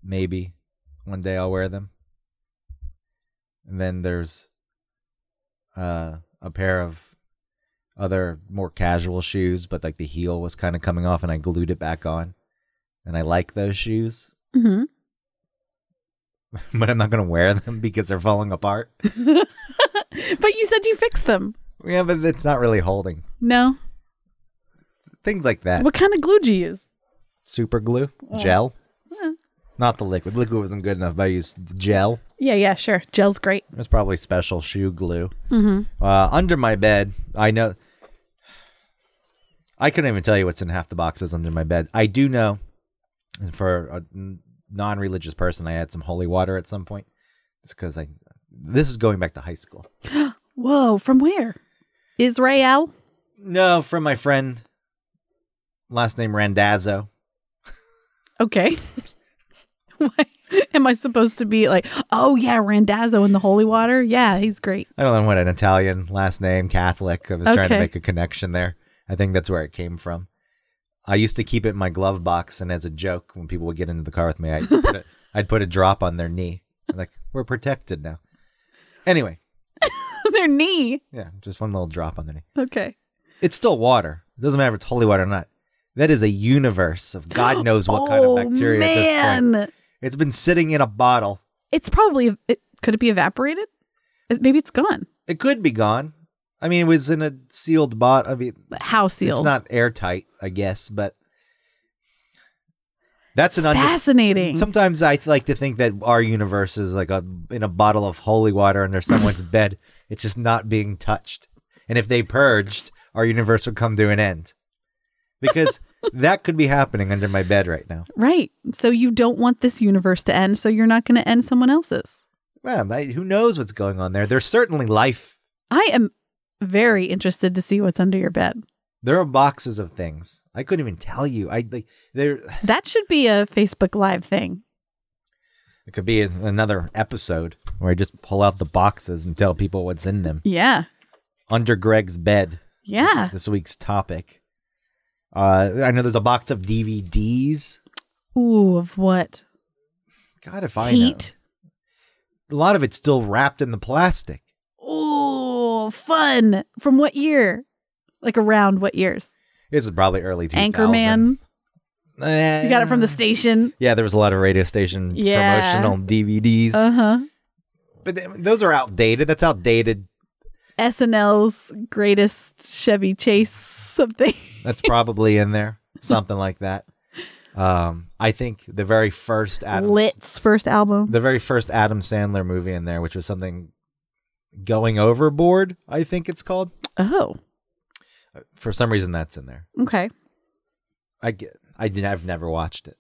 maybe one day I'll wear them. And then there's uh, a pair of other more casual shoes, but like the heel was kind of coming off, and I glued it back on. And I like those shoes, hmm but I'm not gonna wear them because they're falling apart. but you said you fixed them. yeah, but it's not really holding. No. Things like that. What kind of glue do you use? Super glue, Oh. gel, Yeah. not the liquid. Liquid wasn't good enough, but I used the gel. Yeah, yeah, sure. Gel's great. It was probably special shoe glue. Mm-hmm. Uh, under my bed, I know. I couldn't even tell you what's in half the boxes under my bed. I do know, and for a n- non-religious person, I had some holy water at some point. It's because I. This is going back to high school. Whoa, from where? Israel? No, from my friend, last name Randazzo. Okay. Why am I supposed to be like, oh yeah, Randazzo in the holy water? Yeah, he's great. I don't know what an Italian last name, Catholic. I was trying to Okay. make a connection there. I think that's where it came from. I used to keep it in my glove box, and as a joke, when people would get into the car with me, I'd put a, I'd put a drop on their knee. I'm like, we're protected now. Anyway, Their knee. yeah, just one little drop on their knee. Okay. It's still water. It doesn't matter if it's holy water or not. That is a universe of God knows what kind Oh, of bacteria at this point. It's been sitting in a bottle. It's probably it could it be evaporated? It- Maybe it's gone. It could be gone. I mean, it was in a sealed bottle. I mean, But How sealed? It's not airtight, I guess, but that's an undis- fascinating. Sometimes I th- like to think that our universe is like a in a bottle of holy water under someone's bed. It's just not being touched. And if they purged, our universe would come to an end. Because that could be happening under my bed right now. right. So you don't want this universe to end, so you're not going to end someone else's. Well, I, who knows what's going on there? There's certainly life. I am very interested to see what's under your bed. There are boxes of things. I couldn't even tell you. I like there That should be a Facebook live thing. It could be another episode where I just pull out the boxes and tell people what's in them. Yeah. Under Greg's bed. Yeah. This week's topic. Uh, I know there's a box of DVDs. Ooh, of what? God, if I Heat. know. A lot of it's still wrapped in the plastic. Ooh, fun. From what year? Like around what years? This is probably early 2000s. Anchorman. Eh, You got it from the station. Yeah, there was a lot of radio station Yeah. promotional DVDs. Uh huh. but th- those are outdated. That's outdated. SNL's greatest Chevy Chase something. That's probably in there. Something like that. Um, I think the very first Adam Lit's first album. the very first Adam Sandler movie in there, which was something going overboard. I think it's called. Oh, For some reason, that's in there. okay. I get. I did. I've never watched it.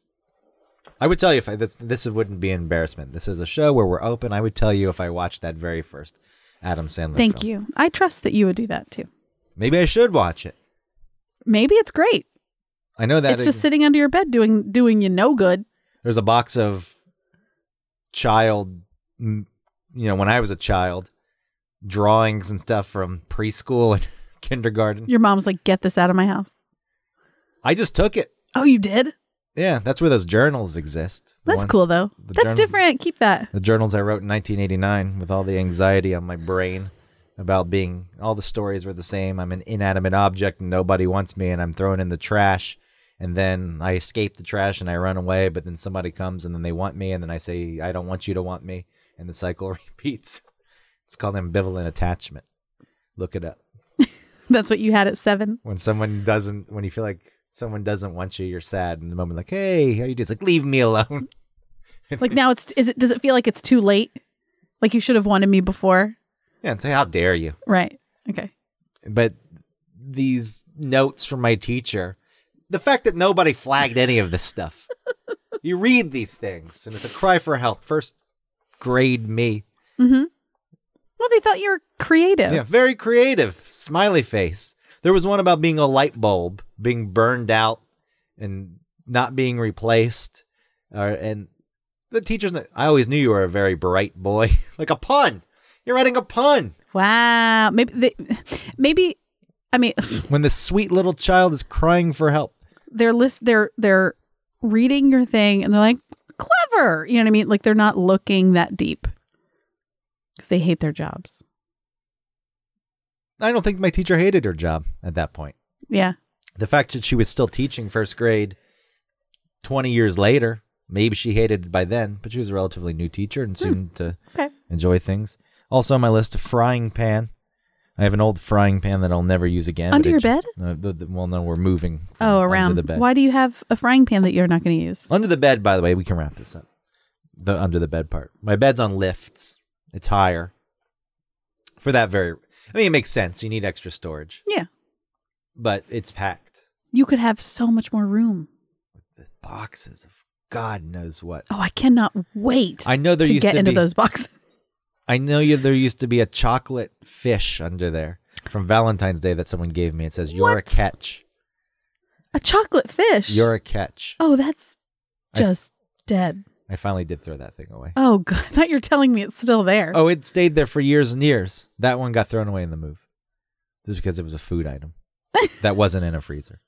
I would tell you if I, this this wouldn't be an embarrassment. This is a show where we're open. I would tell you if I watched that very first Adam Sandler. Thank film. you. I trust that you would do that too. Maybe I should watch it. Maybe it's great. I know that it's just sitting under your bed doing doing you no good. there's a box of child m- you know when i was a child drawings and stuff from preschool and kindergarten Your mom's like, "Get this out of my house." i just took it Oh, you did? yeah that's where those journals exist The That's one- cool though. the That's journal- different. Keep that. the journals i wrote in 1989 with all the anxiety on my brain about being all the stories were the same i'm an inanimate object and nobody wants me and i'm thrown in the trash and then i escape the trash and i run away but then somebody comes and then they want me and then i say i don't want you to want me and the cycle repeats it's called ambivalent attachment look it up That's what you had at seven. when someone doesn't when you feel like someone doesn't want you you're sad and the moment like hey how you doing it's like leave me alone Like now, it's is it? Does it feel like it's too late? Like you should have wanted me before, yeah and say how dare you right? Okay. but these notes from my teacher the fact that nobody flagged any of this stuff you read these things and it's a cry for help first grade me Mm-hmm. Well, they thought you were creative. yeah very creative smiley face there was one about being a light bulb being burned out and not being replaced uh, and the teacher's not, i always knew you were a very bright boy like a pun you're writing a pun Wow. Maybe they, maybe I mean when the sweet little child is crying for help they're list they're they're reading your thing and they're like clever. You know what I mean? Like they're not looking that deep because they hate their jobs. i don't think my teacher hated her job at that point Yeah. the fact that she was still teaching first grade 20 years later maybe she hated it by then but she was a relatively new teacher Hmm. and soon to Okay. enjoy things also on my list a frying pan i have an old frying pan that i'll never use again but Under it your ju- bed? No, the- the- well no we're moving from Oh, around. under the bed Why do you have a frying pan that you're not going to use? under the bed by the way we can wrap this up the under the bed part my bed's on lifts it's higher for that very i mean it makes sense you need extra storage Yeah. but it's packed You could have so much more room. with boxes of god knows what Oh, I cannot wait I know there to used get to into be. those boxes. I know you. There used to be a chocolate fish under there from Valentine's Day that someone gave me. It says, "You're a What? catch. A chocolate fish. You're a catch." oh, that's I- just dead. I finally did throw that thing away. Oh, God. I thought you were telling me it's still there. Oh, it stayed there for years and years. That one got thrown away in the move, just because it was a food item that wasn't in a freezer.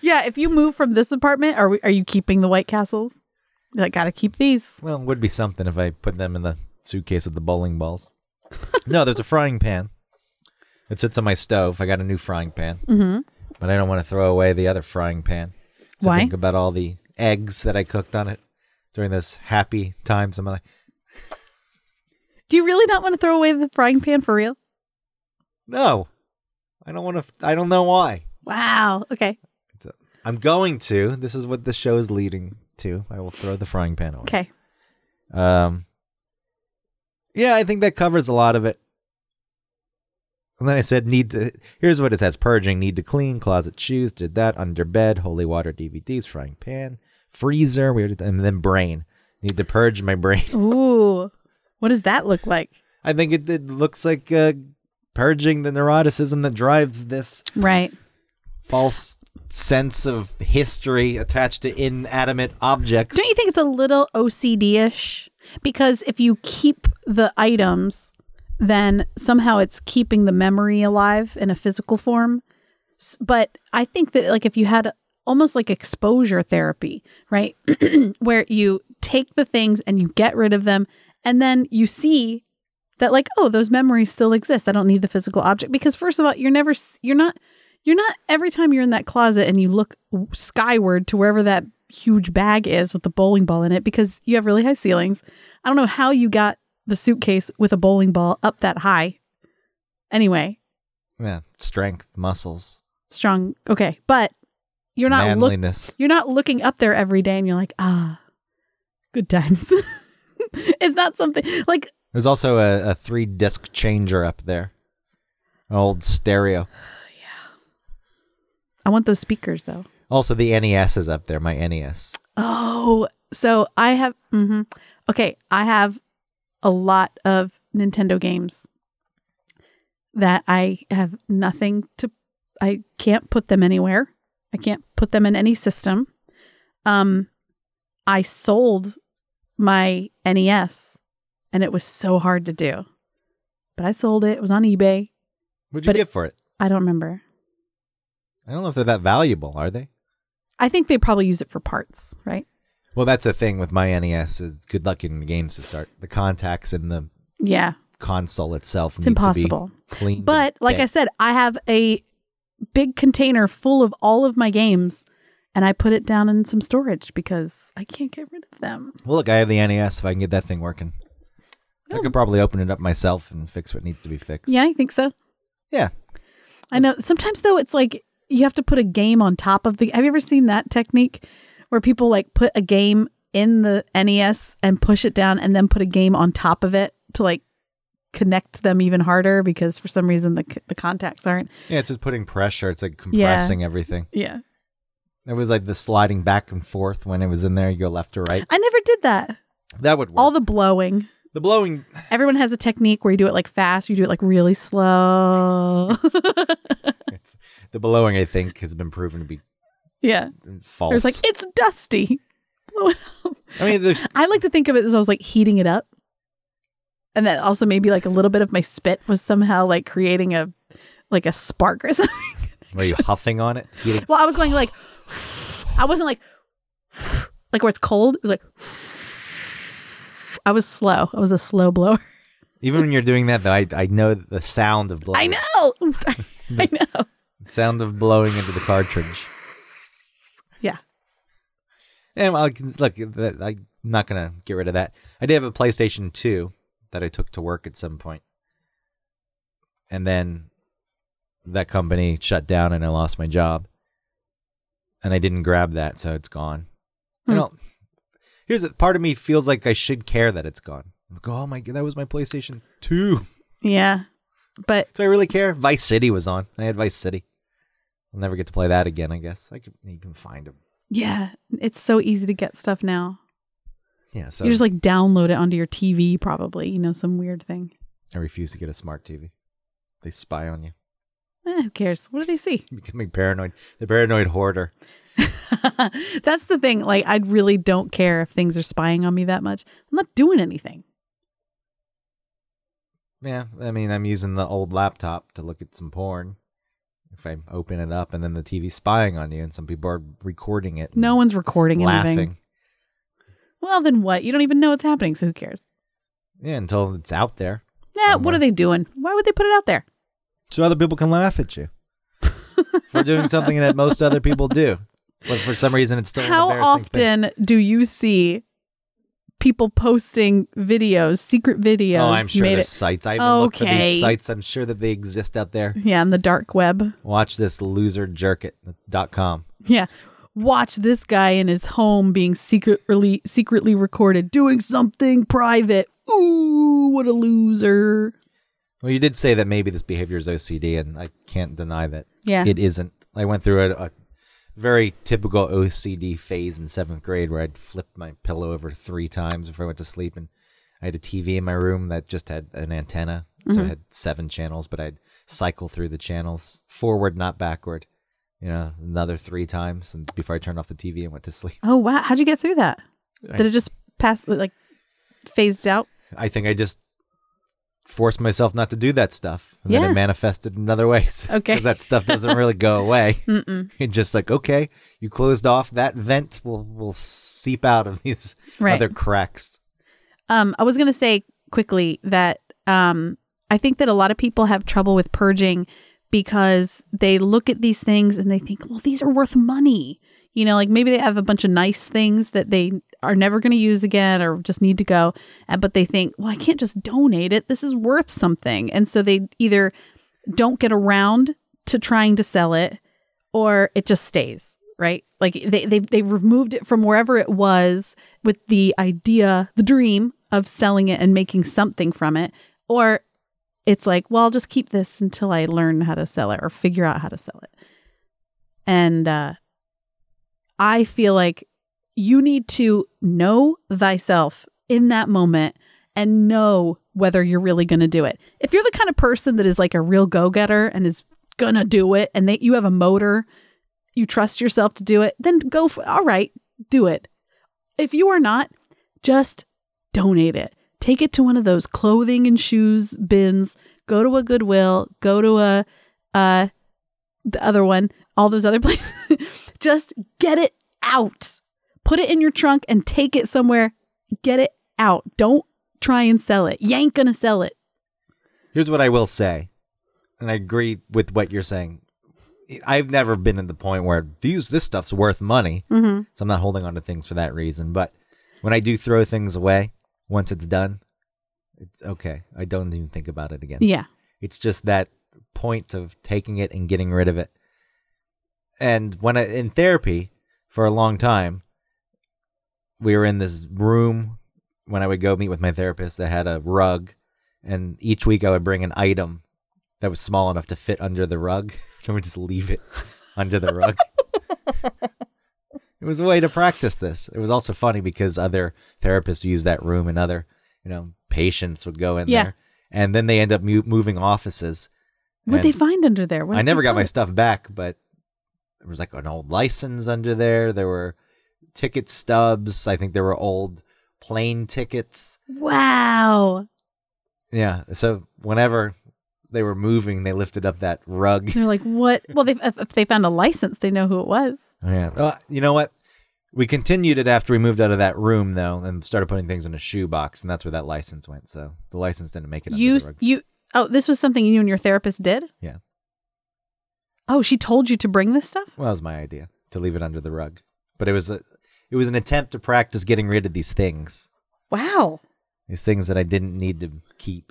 Yeah, if you move from this apartment, are we, are you keeping the White Castles? You're like, gotta keep these. Well, it would be something if I put them in the suitcase with the bowling balls. no, there's a frying pan. It sits on my stove. I got a new frying pan. Mm-hmm. but I don't want to throw away the other frying pan. So Why? Think about all the eggs that I cooked on it during those happy times of my life. Do you really not want to throw away the frying pan for real? No, I don't want to. I don't know why. Wow. Okay. I'm going to. This is what the show is leading to. I will throw the frying pan away. Okay. Um. Yeah, I think that covers a lot of it. And then I said, need to. Here's what it says: purging, need to clean, closet, shoes. Did that under bed, holy water, DVDs, frying pan, freezer. We already, and then brain. Need to purge my brain. Ooh. What does that look like? I think it, it looks like uh, purging the neuroticism that drives this Right. false sense of history attached to inanimate objects. Don't you think it's a little OCD ish? Because if you keep the items, then somehow it's keeping the memory alive in a physical form. S- But I think that, like, if you had almost like exposure therapy, right? Where you take the things and you get rid of them, and then you see that, like, oh, those memories still exist. I don't need the physical object. Because, first of all, you're never, s- you're not, you're not every time you're in that closet and you look skyward to wherever that huge bag is with the bowling ball in it because you have really high ceilings. I don't know how you got the suitcase with a bowling ball up that high. Anyway, yeah, strength, muscles, strong. Okay, but you're not look, manliness. you're not looking up there every day and you're like, "Ah, good times." it's not something like There's also a, a three disc changer up there. An old stereo. I want those speakers though. Also, the NES is up there, my E NES. Oh, so I have. hmm Okay, I have a lot of Nintendo games that I have nothing to. I can't put them anywhere. I can't put them in any system. Um, I sold my NES, and it was so hard to do, but I sold it. It was on eBay. What'd you But get for it? I don't remember. I don't know if they're that valuable, are they? I think they probably use it for parts, right? Well, that's the thing with my NES is good luck getting the games to start. The contacts and the Yeah, console itself it's need impossible. to be clean. But like I said, I have a big container full of all of my games and I put it down in some storage because I can't get rid of them. well, look, I have the NES. If I can get that thing working, I could probably open it up myself and fix what needs to be fixed. Oh. Yeah, I think so. yeah. I know. Sometimes though it's like you have to put a game on top of the Have you ever seen that technique where people like put a game in the NES and push it down and then put a game on top of it to like connect them even harder because for some reason the c- the contacts aren't. Yeah, it's just putting pressure. It's like compressing everything. Yeah. It was like the sliding back and forth when it was in there. You go left to right. I never did that. That would work. All the blowing. the blowing. Everyone has a technique where you do it like fast, you do it like really slow. It's, the blowing, I think, has been proven to be yeah. false. There's like, it's dusty. Blow it up. I mean, there's I like to think of it as I was like heating it up. And that also maybe like a little bit of my spit was somehow like creating a like a spark or something. were you huffing on it? You like- Well, I was going like I wasn't like like where it's cold. It was like I was slow. I was a slow blower. even when you're doing that, though, I I know the sound of blowing. I know. I'm sorry. I know. The sound of blowing into the cartridge. Yeah. And well, I can, look, that- I'm not gonna get rid of that. I did have a PlayStation 2 that I took to work at some point, and then that company shut down, and I lost my job, and I didn't grab that, so it's gone. I Hmm. don't. Here's the part of me feels like I should care that it's gone. I go, oh my, god, that was my PlayStation 2. Yeah. But Do I really care? Vice City was on. I had Vice City. I'll never get to play that again. I guess I could. You can find them. Yeah, it's so easy to get stuff now. Yeah. So You just like download it onto your TV, probably. You know, some weird thing. I refuse to get a smart TV. They spy on you. Eh, who cares? What do they see? Becoming paranoid. The paranoid hoarder. That's the thing. Like, I really don't care if things are spying on me that much. I'm not doing anything. Yeah. I mean, I'm using the old laptop to look at some porn. If I open it up and then the TV's spying on you, and some people are recording it. and No one's recording laughing. anything. Well, then what? You don't even know what's happening, so who cares? Yeah, until it's out there. Nah, what somewhere. are they doing? Why would they put it out there? so other people can laugh at you for doing something that most other people do. But for some reason, it's still an How embarrassing thing. often do you see people posting videos, secret videos? Oh, I'm sure made there's it- sites. I haven't looked for Okay. these sites. I'm sure that they exist out there. Yeah, on the dark web. Watch this loserjerkit.com. Yeah. Watch this guy in his home being secretly secretly recorded doing something private. Ooh, what a loser. Well, you did say that maybe this behavior is OCD, and I can't deny that Yeah. it isn't. I went through a, a very typical OCD phase in seventh grade where I'd flip my pillow over three times before I went to sleep, and I had a TV in my room that just had an antenna, so Mm-hmm. it had seven channels, but I'd cycle through the channels forward, not backward. You know, another three times, and before I turned off the TV and went to sleep. oh wow, how'd you get through that? Did it just pass like phased out? I think I just forced myself not to do that stuff. And then Yeah. it manifested in other ways. Okay. Because that stuff doesn't really go away. Mm-mm. It's just like, okay, you closed off that vent will will seep out of these Right. other cracks. Um, I was gonna say quickly that um, I think that a lot of people have trouble with purging because they look at these things and they think, well, these are worth money. You know, like maybe they have a bunch of nice things that they are never going to use again or just need to go, and- but they think, well, I can't just donate it. This is worth something, and so they either don't get around to trying to sell it or it just stays right like they, they they removed it from wherever it was with the idea the dream of selling it and making something from it or it's like well i'll just keep this until i learn how to sell it or figure out how to sell it and uh i feel like you need to know thyself in that moment and know whether you're really going to do it. If you're the kind of person that is like a real go getter and is gonna do it and they you have a motor, you trust yourself to do it, then go for all right, do it. If you are not, just donate it. Take it to one of those clothing and shoes bins, go to a Goodwill, go to a uh the other one, all those other places. just get it out. Put it in your trunk and take it somewhere. Get it out. Don't try and sell it. You ain't gonna sell it. Here's what I will say, and I agree with what you're saying. I've never been at the point where these this stuff's worth money, Mm-hmm. so I'm not holding on to things for that reason. But when I do throw things away, once it's done, it's okay. I don't even think about it again. Yeah. It's just that point of taking it and getting rid of it. And when I in therapy for a long time, we were in this room when I would go meet with my therapist that had a rug, and each week I would bring an item that was small enough to fit under the rug, and I would just leave it under the rug. it was a way to practice this. It was also funny because other therapists use that room, and other you know patients would go in Yeah. there, and then they end up mu- moving offices. What'd And- they find under there? What I did never they got my find? stuff back, but there was like an old license under there. There were ticket stubs. I think there were old plane tickets. Wow. Yeah. So whenever they were moving, they lifted up that rug. They're like, what? Well, they if if they found a license, they know who it was. yeah. Well, you know what? We continued it after we moved out of that room, though, and started putting things in a shoebox, and that's where that license went. So the license didn't make it. Under You the rug. you oh, this was something you and your therapist did. Yeah. Oh, she told you to bring this stuff. Well, that was my idea to leave it under the rug, but it was a, it was an attempt to practice getting rid of these things, Wow. these things that I didn't need to keep.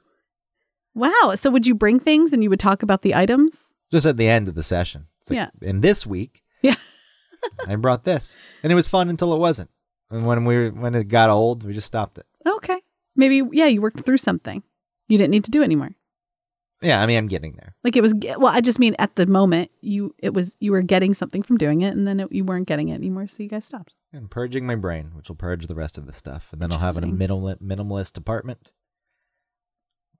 Wow. So would you bring things and you would talk about the items? just at the end of the session. It's like, Yeah. And this week, Yeah. I brought this, and it was fun until it wasn't. And when we were, when it got old, we just stopped it. Okay. Maybe yeah, you worked through something. You didn't need to do anymore. Yeah, I mean, I'm getting there. Like it was well, I just mean at the moment you it was you were getting something from doing it and then it, you weren't getting it anymore, so you guys stopped. I'm purging my brain, which will purge the rest of the stuff, and then I'll have a Interesting. minimal, minimalist apartment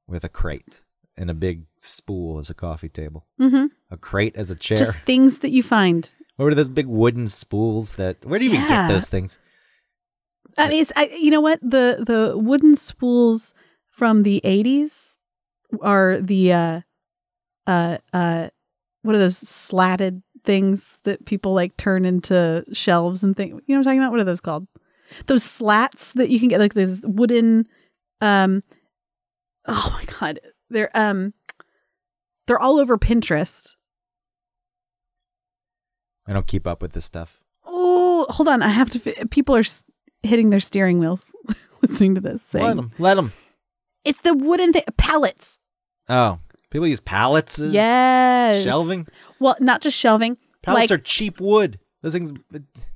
with a crate and a big spool as a coffee table, Mhm. a crate as a chair. Just things that you find. What were those big wooden spools that? Where do you even Yeah. get those things? I mean, it's I, you know what the the wooden spools from the eighties are the uh, uh uh what are those slatted things that people like turn into shelves and things? You know what I'm talking about? What are those called? Those slats that you can get like these wooden um oh my god they're um they're all over Pinterest. I don't keep up with this stuff. Oh, hold on, I have to. Fi- people are s- hitting their steering wheels listening to this. Saying, Let them. Let them. It's the wooden thi- pallets. Oh, people use pallets. as Yes. Shelving. Well, not just shelving. Pallets like are cheap wood. Those things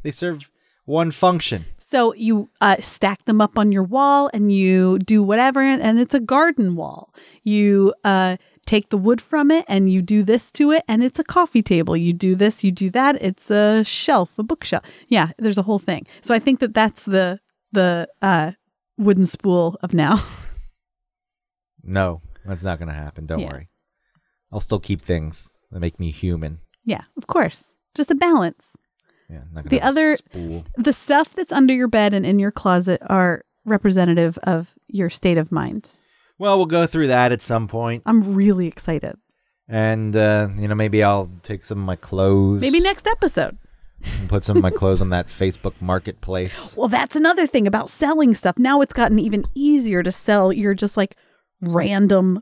they serve one function. so you uh, stack them up on your wall and you do whatever and it's a garden wall. You uh take the wood from it and you do this to it and it's a coffee table. You do this, you do that, it's a shelf, a bookshelf. Yeah, there's a whole thing. So I think that that's the the uh wooden spool of now. No, that's not going to happen. Don't Yeah. worry. I'll still keep things that make me human. yeah, of course. Just a balance. Yeah, I'm not gonna The have a other- spool. the stuff that's under your bed and in your closet are representative of your state of mind. Well, we'll go through that at some point, I'm really excited. and uh, you know maybe I'll take some of my clothes. Maybe next episode. and put some of my clothes on that Facebook Marketplace. Well, that's another thing about selling stuff. Now it's gotten even easier to sell your just like random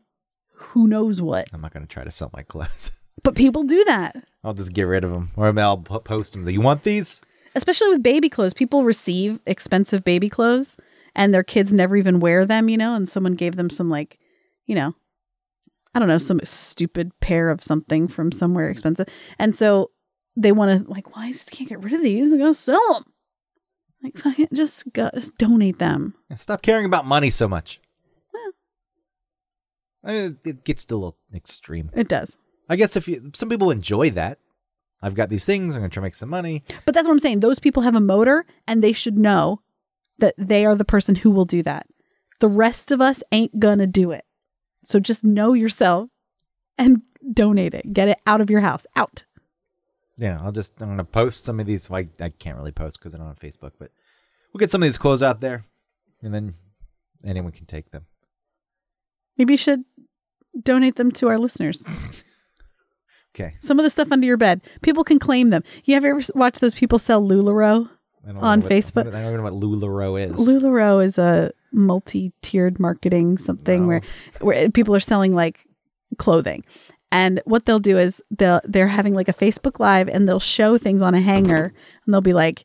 who knows what. I'm not going to try to sell my clothes. But people do that, I'll just get rid of them, or maybe I'll po- post them. Do you want these? especially with baby clothes. People receive expensive baby clothes and their kids never even wear them, you know, and someone gave them some like, you know, I don't know, some stupid pair of something from somewhere expensive. And so they want to like, well, I just can't get rid of these. I'm gonna sell them. Like, fuck it, just go, just donate them. Yeah, Stop caring about money so much. Yeah. I mean, it- it gets a little extreme. It does, I guess if you, some people enjoy that. I've got these things. I'm gonna try to make some money. but that's what I'm saying. Those people have a motor, and they should know that they are the person who will do that. The rest of us ain't gonna do it. So just know yourself and donate it. Get it out of your house. Out. Yeah, I'll just I'm gonna post some of these. Like I can't really post because I don't have Facebook, but we'll get some of these clothes out there, and then anyone can take them. Maybe you should donate them to our listeners. Okay. Some of the stuff under your bed, people can claim them. You ever ever s- watch those people sell Lularoe? I don't On know what- Facebook. I don't even know what Lularoe is. Lularoe is a multi-tiered marketing something No. where where people are selling like clothing. And what they'll do is they'll they're having like a Facebook live and they'll show things on a hanger and they'll be like,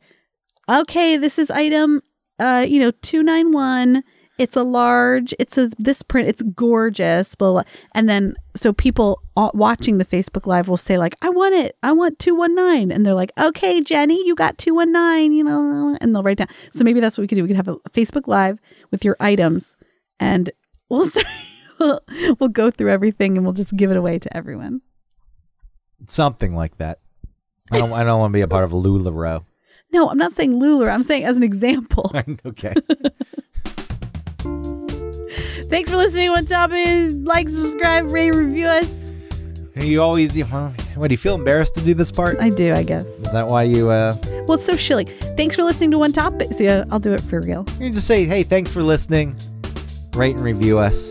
"Okay, this is item uh you know 291. It's a large, it's a this print, it's gorgeous, blah blah." blah. And then so people a- watching the Facebook live will say like, "I want it. I want 219." And they're like, "Okay, Jenny, you got 219, you know." And they'll write down. So maybe that's what we could do. We could have a Facebook live with your items and we'll start we'll, we'll go through everything and we'll just give it away to everyone. Something like that. I don't. I don't want to be a part of Lularoe. No, I'm not saying Lular. I'm saying as an example. okay. Thanks for listening. What's up? Is like, subscribe, rate, review us. You always. You, what do you feel embarrassed to do this part? I do, I guess. Is that why you? uh Well, it's so shilly. Thanks for listening to One Topic. See, I'll do it for real. You just say, "Hey, thanks for listening. Rate and review us.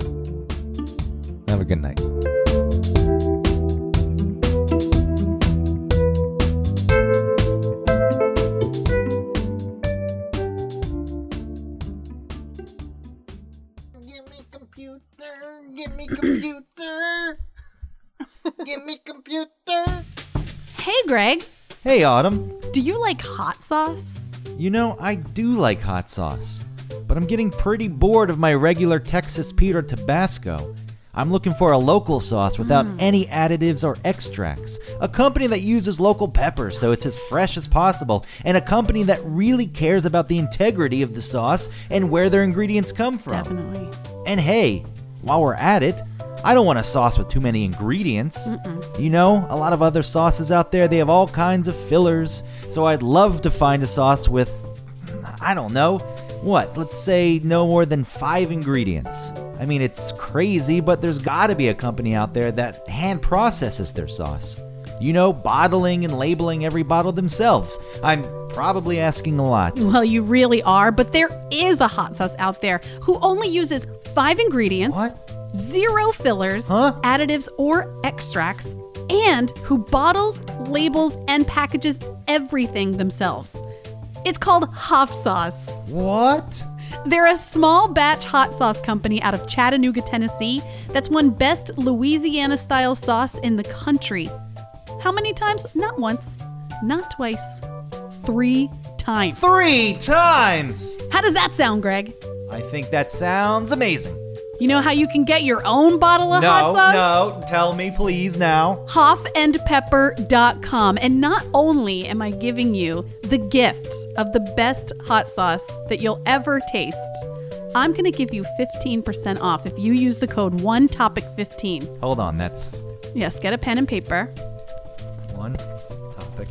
Have a good night." Give me computer. Give me computer. give me computer. Hey, Greg, Hey, Autumn. do you like hot sauce? You know I do like hot sauce, but I'm getting pretty bored of my regular Texas Pete or Tabasco. I'm looking for a local sauce without any additives or extracts. A company that uses local peppers so it's as fresh as possible, and a company that really cares about the integrity of the sauce and where their ingredients come from. Definitely. And hey, while we're at it, I don't want a sauce with too many ingredients. You know, a lot of other sauces out there, they have all kinds of fillers. So I'd love to find a sauce with, I don't know, what, let's say no more than five ingredients. I mean, it's crazy, but there's gotta be a company out there that hand processes their sauce. You know, bottling and labeling every bottle themselves. I'm probably asking a lot. Mm. Well, you really are, but there is a hot sauce out there who only uses five ingredients, What? zero fillers, Huh? additives, or extracts, and who bottles, labels, and packages everything themselves. It's called Hoff Sauce. What? They're a small batch hot sauce company out of Chattanooga, Tennessee, that's won best Louisiana style sauce in the country. How many times? Not once, not twice, three times. Three times! How does that sound, Greg? I think that sounds amazing. You know how you can get your own bottle of hot sauce? no, tell me please now. hoffandpepper.com. And not only am I giving you the gift of the best hot sauce that you'll ever taste, I'm going to give you 15% off if you use the code ONETOPIC15. Hold on, that's Yes, get a pen and paper. one topic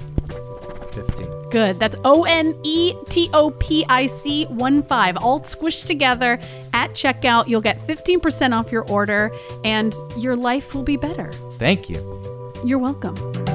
15. Good. That's O N E T O P I C 1 5, all squished together at checkout. You'll get 15% off your order and your life will be better. Thank you. You're welcome.